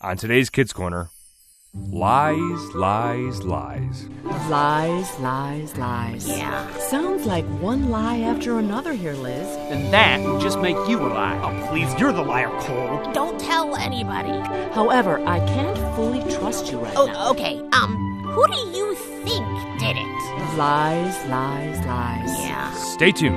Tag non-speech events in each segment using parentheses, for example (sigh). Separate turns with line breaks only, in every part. On today's Kids Corner, lies, lies, lies.
Lies, lies, lies. Yeah. Sounds like one lie after another here, Liz.
And that would just make you a liar.
Oh, please, you're the liar, Cole.
Don't tell anybody.
However, I can't fully trust you right now.
Oh, okay. Um, who do you think did it?
Lies, lies, lies.
Yeah.
Stay tuned.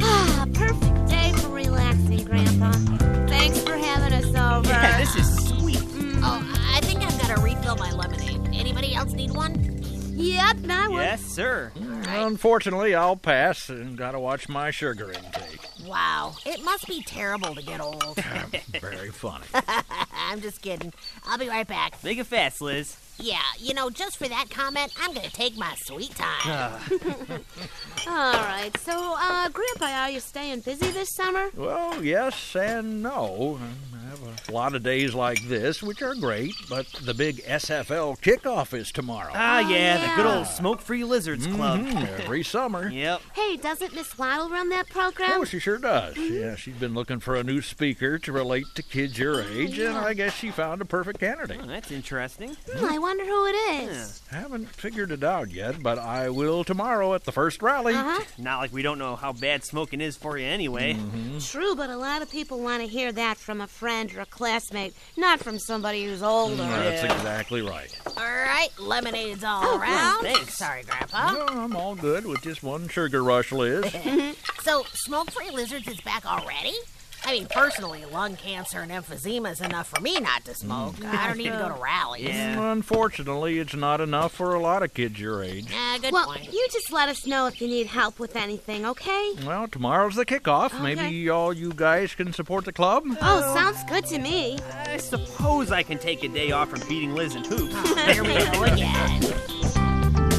Ah, perfect day for relaxing, Grandpa. Thanks for having us over.
Yeah, this is sweet.
Oh, I think I've got to refill my lemonade. Anybody else need one? Yep, I will.
Yes, sir.
Unfortunately, I'll pass and gotta watch my sugar intake.
Wow, it must be terrible to get old.
(laughs) Very funny.
(laughs) I'm just kidding. I'll be right back.
Make it fast, Liz.
Yeah, you know, just for that comment, I'm gonna take my sweet time. All right, so, uh, Grandpa, are you staying busy this summer?
well, yes and no. I have a lot of days like this, which are great, but the big SFL kickoff is tomorrow.
Ah, yeah,
yeah.
the good old smoke-free lizards
Mm-hmm.
club.
Mhm,
(laughs)
Every summer.
Yep.
Hey, doesn't Miss Waddle run that program?
Oh, she sure does.
Mm-hmm.
Yeah, she's been looking for a new speaker to relate to kids your
Ah,
age, and I guess she found a perfect candidate.
Oh, that's interesting.
Hmm, I wonder who it is.
Haven't figured it out yet, but I will tomorrow at the first rally.
Uh-huh.
Not like we don't know how bad smoking is for you anyway.
Mm-hmm.
True, but a lot of people want to hear that from a friend or a classmate, not from somebody who's older.
That's exactly right.
All right, lemonade's all
Oh,
around.
thanks.
Sorry, Grandpa.
Oh.
No, I'm all good with just one sugar rush, Liz.
So, smoke-free lizards is back already? I mean, personally, lung cancer and emphysema is enough for me not to smoke. I don't need to go to rallies.
Yeah.
Unfortunately, it's not enough for a lot of kids your age.
Nah, Ah,
Hmm.
good
well,
point.
you just let us know if you need help with anything, okay?
Well, tomorrow's the kickoff. Maybe all you guys can support the club?
Oh, sounds good to me.
I suppose I can take a day off from beating Liz and hoops.
Here we go again.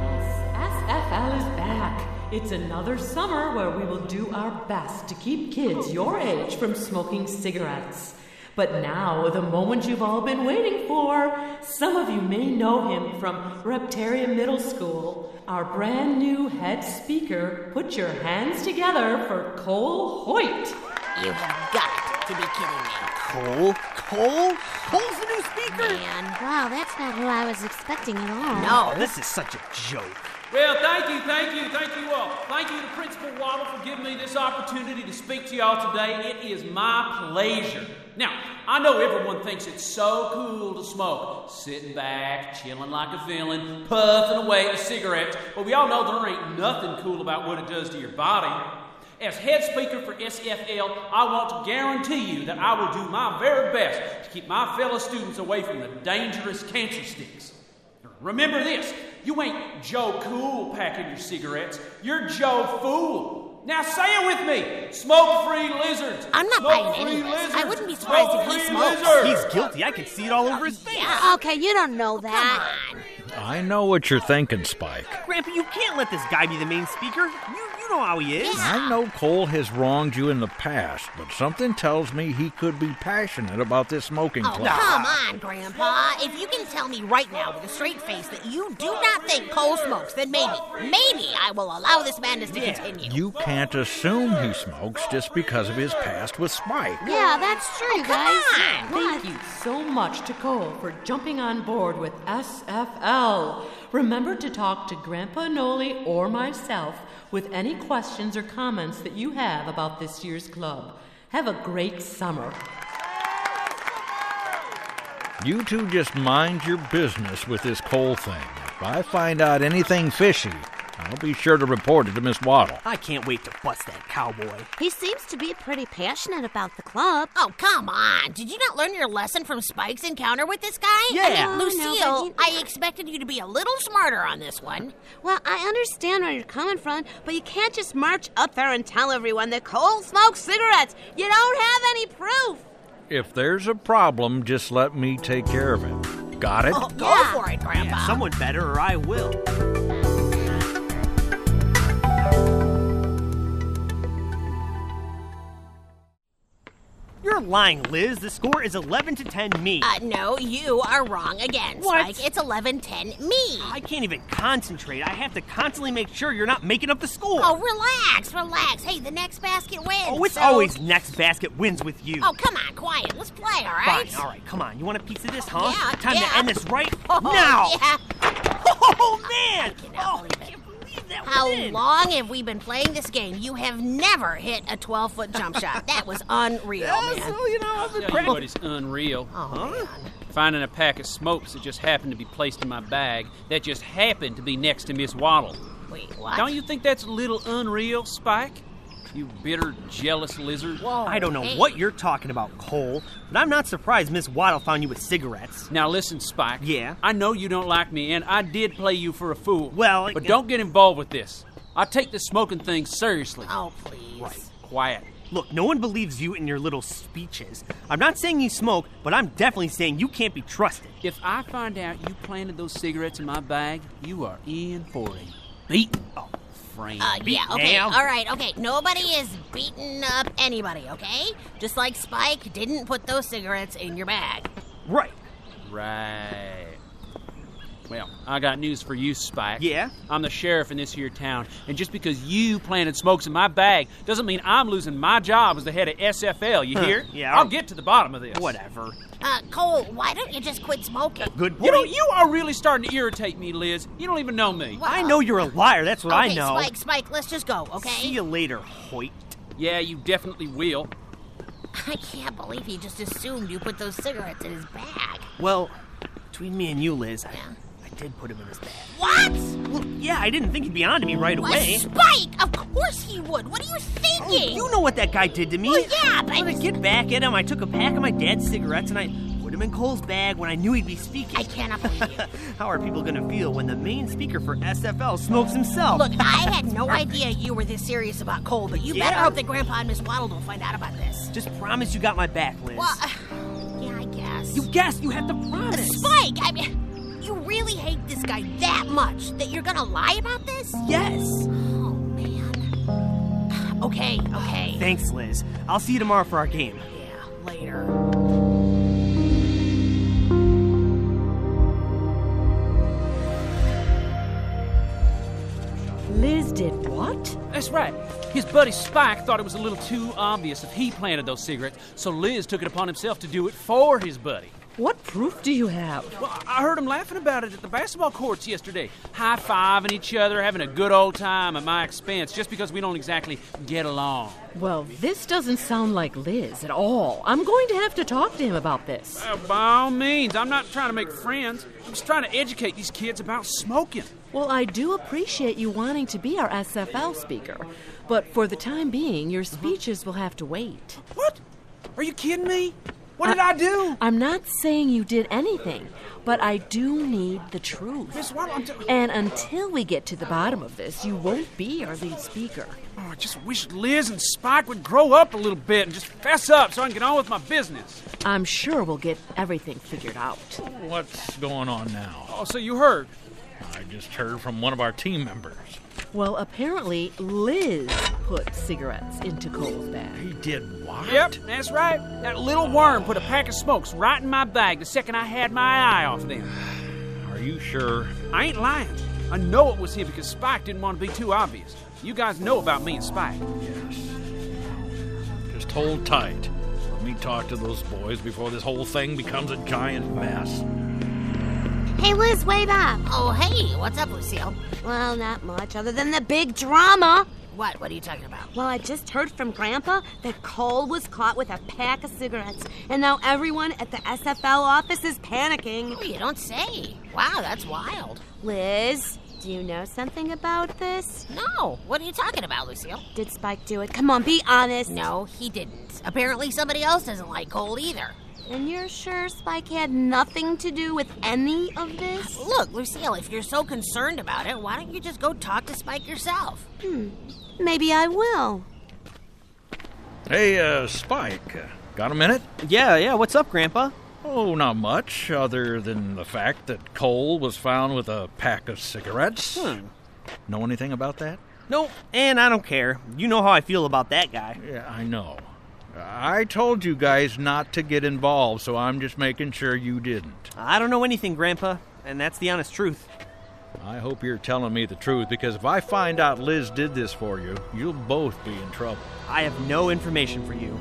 SFL is back. It's another summer where we will do our best to keep kids your age from smoking cigarettes. But now, the moment you've all been waiting for, some of you may know him from Reptaria Middle School. Our brand new head speaker, put your hands together for Cole Hoyt.
You have got to be kidding
Cole? Cole?
Cole's the new speaker.
me, man.
Wow, that's not who I was expecting at all.
No, this is such a joke.
Well, thank you, thank you, thank you all. Thank you to Principal Waddle for giving me this opportunity to speak to y'all today. It is my pleasure. Now, I know everyone thinks it's so cool to smoke, sitting back, chilling like a villain, puffing away at cigarettes, but we all know there ain't nothing cool about what it does to your body. As head speaker for SFL, I want to guarantee you that I will do my very best to keep my fellow students away from the dangerous cancer sticks. Remember this you ain't Joe Cool packing your cigarettes, you're Joe Fool. Now say it with me smoke free lizards.
I'm not
smoke
buying any
free
of this.
lizards.
I wouldn't be surprised if he
Smoke-free
smokes.
lizards.
He's guilty. I can see it all over his face.
Okay, you don't
Oh,
know that.
I know what you're thinking, Spike.
Grandpa, you can't let this guy be the main speaker. You, you know how he is.
I know Cole has wronged you in the past, but something tells me he could be passionate about this smoking
Oh,
club.
come on, Grandpa. If you can tell me right now with a straight face that you do not think Cole smokes, then maybe, maybe I will allow this madness to continue.
You can't assume he smokes just because of his past with Spike.
Yeah, that's true, guys.
on.
What?
Thank you so much to Cole for jumping on board with SFL. Remember to talk to Grandpa Noli or myself with any questions or comments that you have about this year's club. Have a great summer.
You two just mind your business with this Cole thing. If I find out anything fishy, I'll be sure to report it to Miss Waddle.
I can't wait to bust that cowboy.
He seems to be pretty passionate about the club.
Oh, come on. Did you not learn your lesson from Spike's encounter with this guy?
Yeah.
I mean,
Oh, No,
Lucille,
no, but
I expected you to be a little smarter on this one.
Well, I understand where you're coming from, but you can't just march up there and tell everyone that Cole smokes cigarettes. You don't have any proof.
If there's a problem, just let me take care of it. Got it?
Oh,
Go
Yeah.
for it, Grandpa.
Yeah, someone better or I will. You're lying, Liz. The score is 11 to 10 me.
Uh, no, you are wrong again,
What?
Spike. It's 1110 me.
I can't even concentrate. I have to constantly make sure you're not making up the score.
Oh, relax, relax. Hey, the next basket wins.
Oh, it's
so-
always next basket wins with you.
Oh, come on, quiet. Let's play, all right?
Fine, all right, come on. You want a piece of this, huh?
Yeah,
Time
yeah.
to end this right
(laughs) Oh,
now.
Yeah.
(laughs) Oh, man!
cannot
oh,
believe
I
it.
can't believe that
How
went in.
long have we been playing this game? You have never hit a 12 foot jump shot. That was
(laughs)
unreal,
Yeah,
Oh, man.
so, you know, I've been
Tell you what is unreal.
Oh, man.
Finding a pack of smokes that just happened to be placed in my bag that just happened to be next to Miss Waddle.
Wait, what?
Don't you think that's a little unreal, Spike? You bitter, jealous lizard.
Whoa.
I don't know
hey.
what you're talking about, Cole, but I'm not surprised Miss Waddle found you with cigarettes.
Now listen, Spike.
Yeah?
I know you don't like me, and I did play you for a fool.
Well, it-
but don't get involved with this. I take the smoking thing seriously.
Oh, please.
Quiet.
Look, no one believes you in your little speeches. I'm not saying you smoke, but I'm definitely saying you can't be trusted.
If I find out you planted those cigarettes in my bag, you are in for a beat. Oh, frame.
Uh, yeah, okay.
now.
All right, okay. Nobody is beating up anybody, okay? Just like Spike didn't put those cigarettes in your bag.
Right.
Right. Well, I got news for you, Spike.
Yeah?
I'm the sheriff in this here town, and just because you planted smokes in my bag doesn't mean I'm losing my job as the head of SFL, you hear?
Yeah,
I'll
I-
get to the bottom of this.
Whatever.
Uh, Cole, why don't you just quit smoking?
Good point.
You know, you are really starting to irritate me, Liz. You don't even know me.
Well,
I know you're a liar. That's what
okay,
I know.
Spike, Spike, let's just go, okay?
See you later, Hoyt.
Yeah, you definitely will.
I can't believe he just assumed you put those cigarettes in his bag.
Well, between me and you, Liz, I,
Yeah.
I did put him in his bag.
What?
Well, yeah, I didn't think he'd be on to me right
What?
away.
Spike! Of course he would. What are you thinking?
You know what that guy did to me.
Well, yeah, but-
Well, to get back at him, I took a pack of my dad's cigarettes and I put him in Cole's bag when I knew he'd be speaking. (laughs)
I cannot believe you.
How are people gonna feel when the main speaker for SFL smokes himself?
Look, I had no idea you were this serious about Cole, but you
Yeah.
better hope that Grandpa and Miss Waddle don't find out about this.
just promise you got my back, Liz.
Well, uh, yeah, I guess.
you guessed. You had to promise.
Spike, I mean, you really hate this guy that much that you're gonna lie about this?
Yes.
Oh, man. (sighs) Okay, okay.
Thanks, Liz. I'll see you tomorrow for our game.
Yeah, later.
Liz did what?
That's right. His buddy Spike thought it was a little too obvious if he planted those cigarettes, so Liz took it upon himself to do it for his buddy.
What proof do you have?
Well, I heard them laughing about it at the basketball courts yesterday, high fiving each other, having a good old time at my expense, just because we don't exactly get along.
Well, this doesn't sound like Liz at all. I'm going to have to talk to him about this.
Well, Uh, by all means, I'm not trying to make friends. I'm just trying to educate these kids about smoking.
Well, I do appreciate you wanting to be our SFL speaker, but for the time being, your speeches will have to wait.
What? Are you kidding me? What did I do?
I'm not saying you did anything, but I do need the truth.
Miss Waddle, I'm t-
And until we get to the bottom of this, you won't be our lead speaker.
Oh, I just wish Liz and Spike would grow up a little bit and just fess up so I can get on with my business.
I'm sure we'll get everything figured out.
What's going on now?
Oh, so you heard.
I just heard from one of our team members.
Well, apparently, Liz put cigarettes into Cole's bag.
He did what?
Yep, that's right. That little worm put a pack of smokes right in my bag the second I had my eye off them.
Are you sure?
I ain't lying. I know it was him because Spike didn't want to be too obvious. You guys know about me and Spike.
Yes. Just hold tight. Let me talk to those boys before this whole thing becomes a giant mess.
Hey, Liz, wave up.
Oh, hey, what's up, Lucille?
Well, not much other than the big drama.
What? What are you talking about?
Well, I just heard from Grandpa that Cole was caught with a pack of cigarettes, and now everyone at the SFL office is panicking.
Oh, you don't say. Wow, that's wild.
Liz, Do you know something about this?
No. What are you talking about, Lucille?
Did Spike do it? Come on, be honest.
No, he didn't. Apparently, somebody else doesn't like cold either.
And you're sure Spike had nothing to do with any of this?
Look, Lucille, if you're so concerned about it, why don't you just go talk to Spike yourself?
Maybe I will.
Hey, uh, Spike, uh, got a minute?
Yeah, yeah, what's up, Grandpa?
Oh, not much, other than the fact that Cole was found with a pack of cigarettes. Know anything about that?
Nope, and I don't care. You know how I feel about that guy.
Yeah, I know. I told you guys not to get involved, so I'm just making sure you didn't.
I don't know anything, Grandpa, and that's the honest truth.
I hope you're telling me the truth, because if I find out Liz did this for you, you'll both be in trouble.
I have no information for you.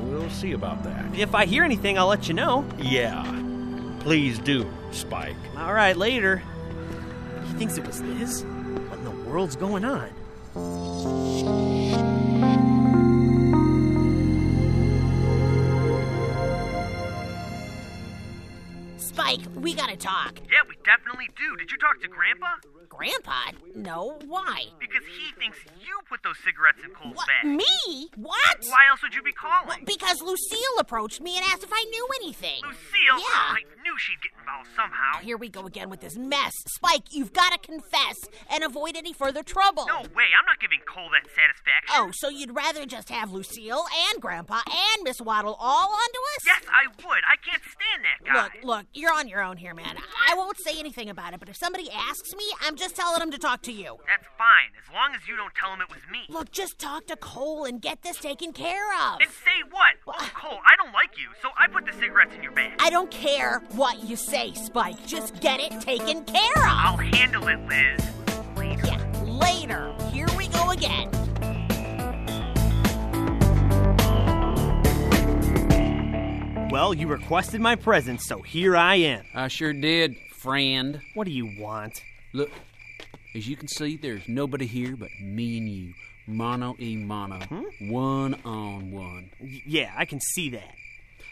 We'll see about that.
If I hear anything, I'll let you know.
Yeah. Please do, Spike.
All right, later. He thinks it was Liz? What in the world's going on?
Spike, we gotta talk.
Yeah, we definitely do. Did you talk to Grandpa?
Grandpa? No, why?
Because he thinks you put those cigarettes in Cole's
What?
bag.
Me? What?
Why else would you be calling?
Because Lucille approached me and asked if I knew anything.
Lucille? Oh,
Yeah.
I knew she'd get involved somehow.
Here we go again with this mess. Spike, you've gotta confess and avoid any further trouble.
No way, I'm not giving Cole that satisfaction.
Oh, so you'd rather just have Lucille and Grandpa and Miss Waddle all onto us?
Yes, I would. I can't stand that guy.
Look, look, you're on your own here, man. I won't say anything about it, but if somebody asks me, I'm just telling them to talk to you.
That's fine, as long as you don't tell him it was me.
Look, just talk to Cole and get this taken care of.
And say what? Oh, Cole, I don't like you, so I put the cigarettes in your bag.
I don't care what you say, Spike. Just get it taken care
I'll
of.
handle it, Liz.
Yeah, later. Here we go again.
Well, you requested my presence, so here I am.
I sure did, friend.
What do you want?
Look, as you can see, there's nobody here but me and you. Mono e mono, one on one.
Y- yeah, I can see that.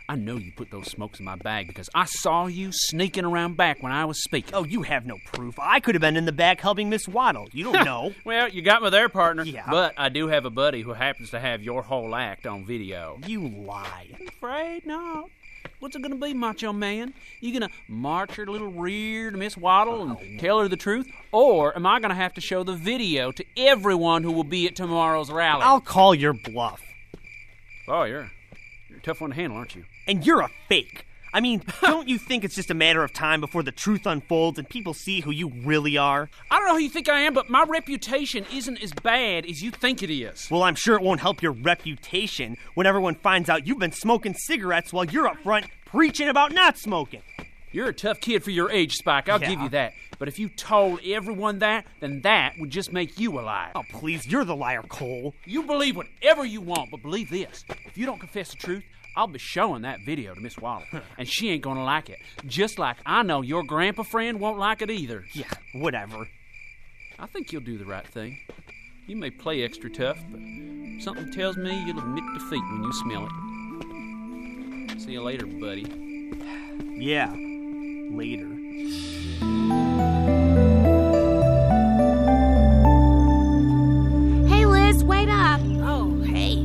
I know you put those smokes in my bag because I saw you sneaking around back when I was speaking.
Oh, you have no proof. I could have been in the back helping Miss Waddle. You
(laughs)
don't know.
Well, you got me there, partner.
Yeah.
But I do have a buddy who happens to have your whole act on video.
You lie.
Afraid not. What's it gonna be, Macho Man? You gonna march your little rear to Miss Waddle and tell her the truth, or am I gonna have to show the video to everyone who will be at tomorrow's
Oh.
rally?
I'll call your bluff.
Oh, you're you're a tough one to handle, aren't you?
And you're a fake. I mean, (laughs) don't you think it's just a matter of time before the truth unfolds and people see who you really are?
I don't know who you think I am, but my reputation isn't as bad as you think it is.
Well, I'm sure it won't help your reputation when everyone finds out you've been smoking cigarettes while you're up front preaching about not smoking.
You're a tough kid for your age, Spike. I'll
Yeah.
give you that. But if you told everyone that, then that would just make you a liar.
Oh, please, you're the liar, Cole.
You believe whatever you want, but believe this. If you don't confess the truth, I'll be showing that video to
(laughs)
Miss Waller, and she ain't gonna like it. Just like I know your grandpa friend won't like it either.
Yeah, whatever.
I think you'll do the right thing. You may play extra tough, but something tells me you'll admit defeat when you smell it. See you later, buddy.
Yeah, later.
Hey, Liz, wait up.
Oh, hey.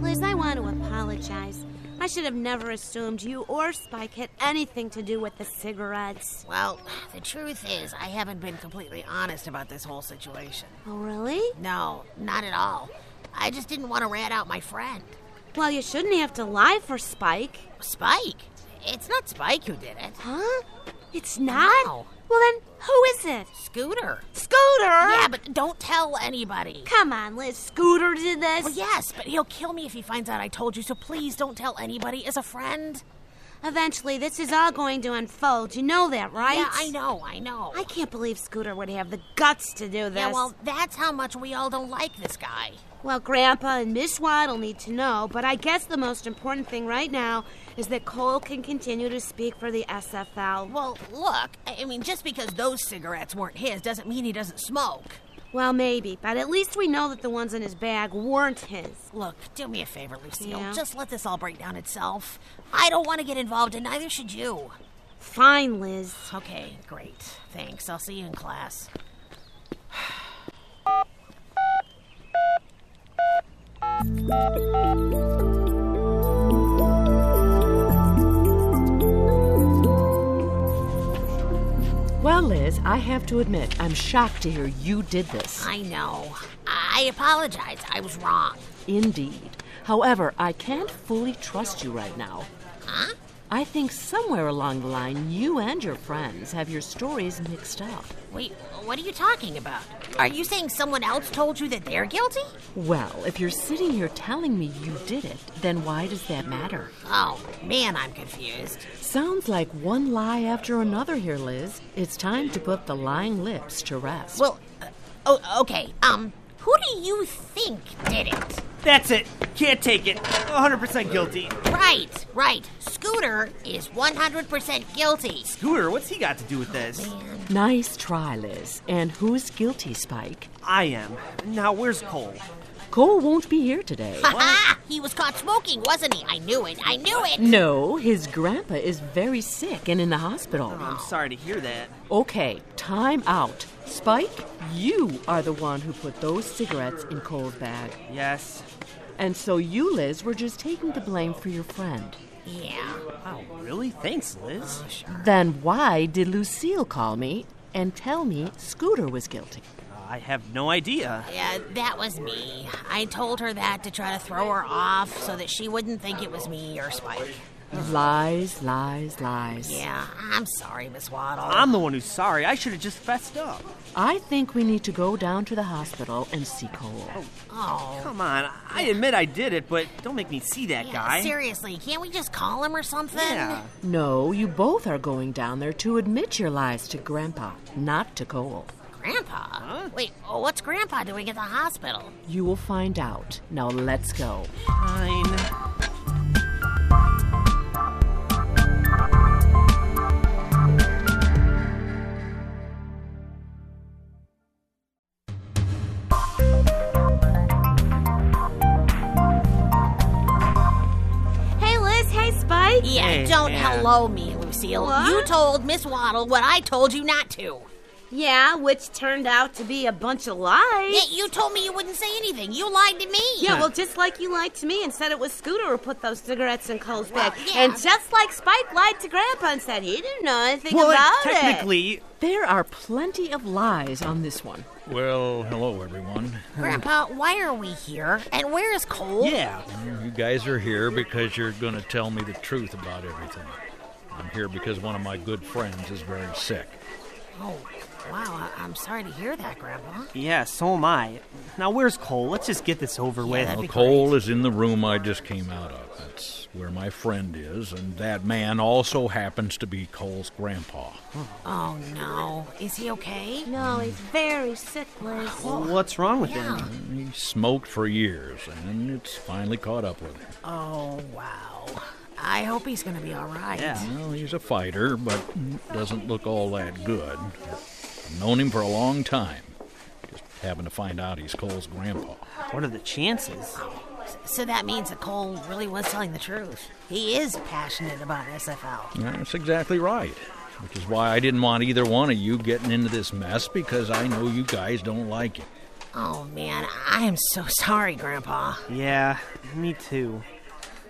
Liz, I want to apologize. I should have never assumed you or Spike had anything to do with the cigarettes.
Well, the truth is, I haven't been completely honest about this whole situation.
Oh, really?
No, not at all. I just didn't want to rat out my friend.
Well, you shouldn't have to lie for Spike.
Spike? It's not Spike who did it.
Huh? It's not?
No.
Well, then, who is it?
Scooter.
Scooter!
Yeah, but don't tell anybody.
Come on, Liz. Scooter did this.
Well, yes, but he'll kill me if he finds out I told you, so please don't tell anybody as a friend.
Eventually, this is all going to unfold. You know that, right?
Yeah, I know, I know.
I can't believe Scooter would have the guts to do this.
yeah, well, that's how much we all don't like this guy.
Well, Grandpa and Miss Waddle need to know, but I guess the most important thing right now is that Cole can continue to speak for the SFL.
Well, look, I I mean, just because those cigarettes weren't his doesn't mean he doesn't smoke.
Well, maybe, but at least we know that the ones in his bag weren't his.
Look, do me a favor, Lucille.
Yeah.
Just let this all break down itself. I don't want to get involved, and neither should you.
Fine, Liz.
Okay, great. Thanks. I'll see you in class.
Well, Liz, I have to admit, I'm shocked to hear you did this.
I know. I apologize. I was wrong.
Indeed. However, I can't fully trust you right now.
Huh?
I think somewhere along the line, you and your friends have your stories mixed up.
Wait, what are you talking about? Are you saying someone else told you that they're guilty?
Well, if you're sitting here telling me you did it, then why does that matter?
Oh, man, I'm confused.
Sounds like one lie after another here, Liz. It's time to put the lying lips to rest.
Well, uh, oh, okay. Um, who do you think did it?
That's it. Can't take it. 100% guilty.
Right, right. Scooter is 100% guilty. (laughs)
Scooter, what's he got to do with this?
Nice try, Liz. And who's guilty, Spike?
I am. Now, where's Cole?
Cole won't be here today.
Ha ha! He was caught smoking, wasn't he? I knew it. I knew it.
No, his grandpa is very sick and in the hospital.
I'm sorry to hear that.
Okay, time out. Spike, you are the one who put those cigarettes in Cole's bag.
Yes.
And so you, Liz, were just taking the blame for your friend.
Yeah.
Wow, Oh, really? Thanks, Liz.
Then why did Lucille call me and tell me Scooter was guilty?
I have no idea.
Yeah, that was me. I told her that to try to throw her off so that she wouldn't think it was me or Spike.
Lies, lies, lies.
Yeah, I'm sorry, Miss Waddle.
I'm the one who's sorry. I should have just fessed up.
I think we need to go down to the hospital and see Cole.
oh.
Come on. I admit I did it, but don't make me see that
Yeah,
guy.
seriously, can't we just call him or something?
Yeah.
No, you both are going down there to admit your lies to Grandpa, not to Cole.
Grandpa? Wait, oh, what's Grandpa doing at the hospital?
You will find out. Now let's go.
Fine.
Hey, Liz. Hey, Spike.
Yeah,
Hey,
don't
man.
hello me, Lucille.
What?
You told Miss Waddle what I told you not to.
Yeah, which turned out to be a bunch of lies.
Yet you told me you wouldn't say anything. You lied to me.
Yeah,
(laughs)
well, just like you lied to me and said it was Scooter who put those cigarettes in Cole's bag.
Well, yeah.
And just like Spike lied to Grandpa and said he didn't know anything
Well,
about it.
technically,
There are plenty of lies on this one.
Well, Oh, hello, everyone.
Grandpa, why are we here? And where is Cole?
yeah.
You guys are here because you're going to tell me the truth about everything. I'm here because one of my good friends is very sick.
Oh, wow. I- I'm sorry to hear that, Grandpa.
Yeah, so am I. Now, where's Cole? Let's just get this over with.
Well, Cole is in the room I just came out of. That's where my friend is, and that man also happens to be Cole's grandpa.
Oh, no. Is he okay?
No, he's very sick, Liz.
What's wrong with him?
He smoked for years, and it's finally caught up with him.
Oh, wow. I hope he's going to be all right.
Yeah.
Well, he's a fighter, but doesn't look all that good. I've known him for a long time. Just happened to find out he's Cole's grandpa.
What are the chances?
So that means that Cole really was telling the truth. He is passionate about SFL.
That's exactly right. Which is why I didn't want either one of you getting into this mess because I know you guys don't like it.
Oh, man. I am so sorry, Grandpa.
Yeah, me too.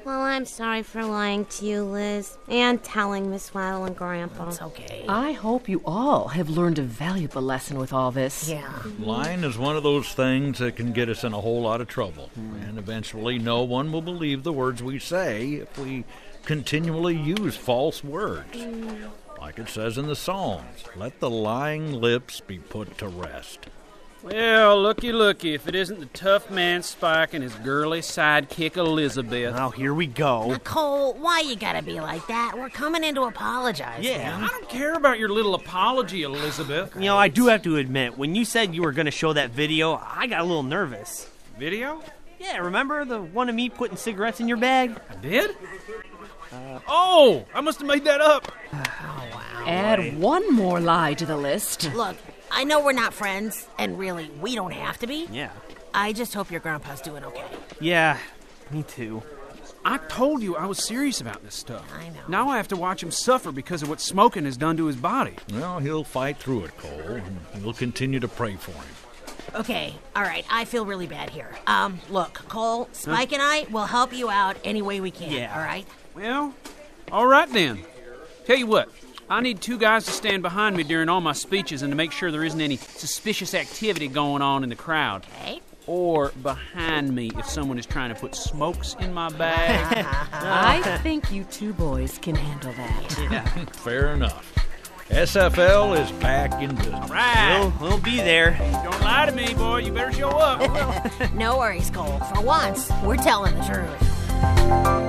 Well, I'm sorry for lying to you, Liz, and telling Miss Waddle and Grandpa.
It's okay.
I hope you all have learned a valuable lesson with all this.
yeah.
Lying is one of those things that can get us in a whole lot of trouble. And eventually, no one will believe the words we say if we continually use false words. Like it says in the Psalms let the lying lips be put to rest.
Well, looky, looky, if it isn't the tough man Spike and his girly sidekick Elizabeth.
Now, Oh, here we go.
Cole, why you gotta be like that? We're coming in to apologize.
Yeah.
I don't care about your little apology, Elizabeth.
You know, I do have to admit, when you said you were going to show that video, I got a little nervous.
Video?
Yeah, remember the one of me putting cigarettes in your bag?
I did?
Uh.
oh, I must have made that up.
Add one more lie to the
(laughs)
list.
Look, I know we're not friends, and really, we don't have to be.
Yeah.
I just hope your grandpa's doing okay.
Yeah, me too.
I told you I was serious about this stuff.
I know.
Now I have to watch him suffer because of what smoking has done to his body.
Well, he'll fight through it, Cole, and we'll continue to pray for him. (laughs)
Okay, all right. I feel really bad here. Um, look, Cole, Spike, and I will help you out any way we can.
Yeah.
All right.
Well, all right then. Tell you what, I need two guys to stand behind me during all my speeches and to make sure there isn't any suspicious activity going on in the crowd.
Okay.
Or behind me if someone is trying to put smokes in my
(laughs)
bag.
I think you two boys can handle that.
Fair enough. SFL is back in business.
right.
We'll, we'll be there.
Don't lie to me, boy.
(laughs)
You better show up.
No worries, Cole. For once, we're telling the truth.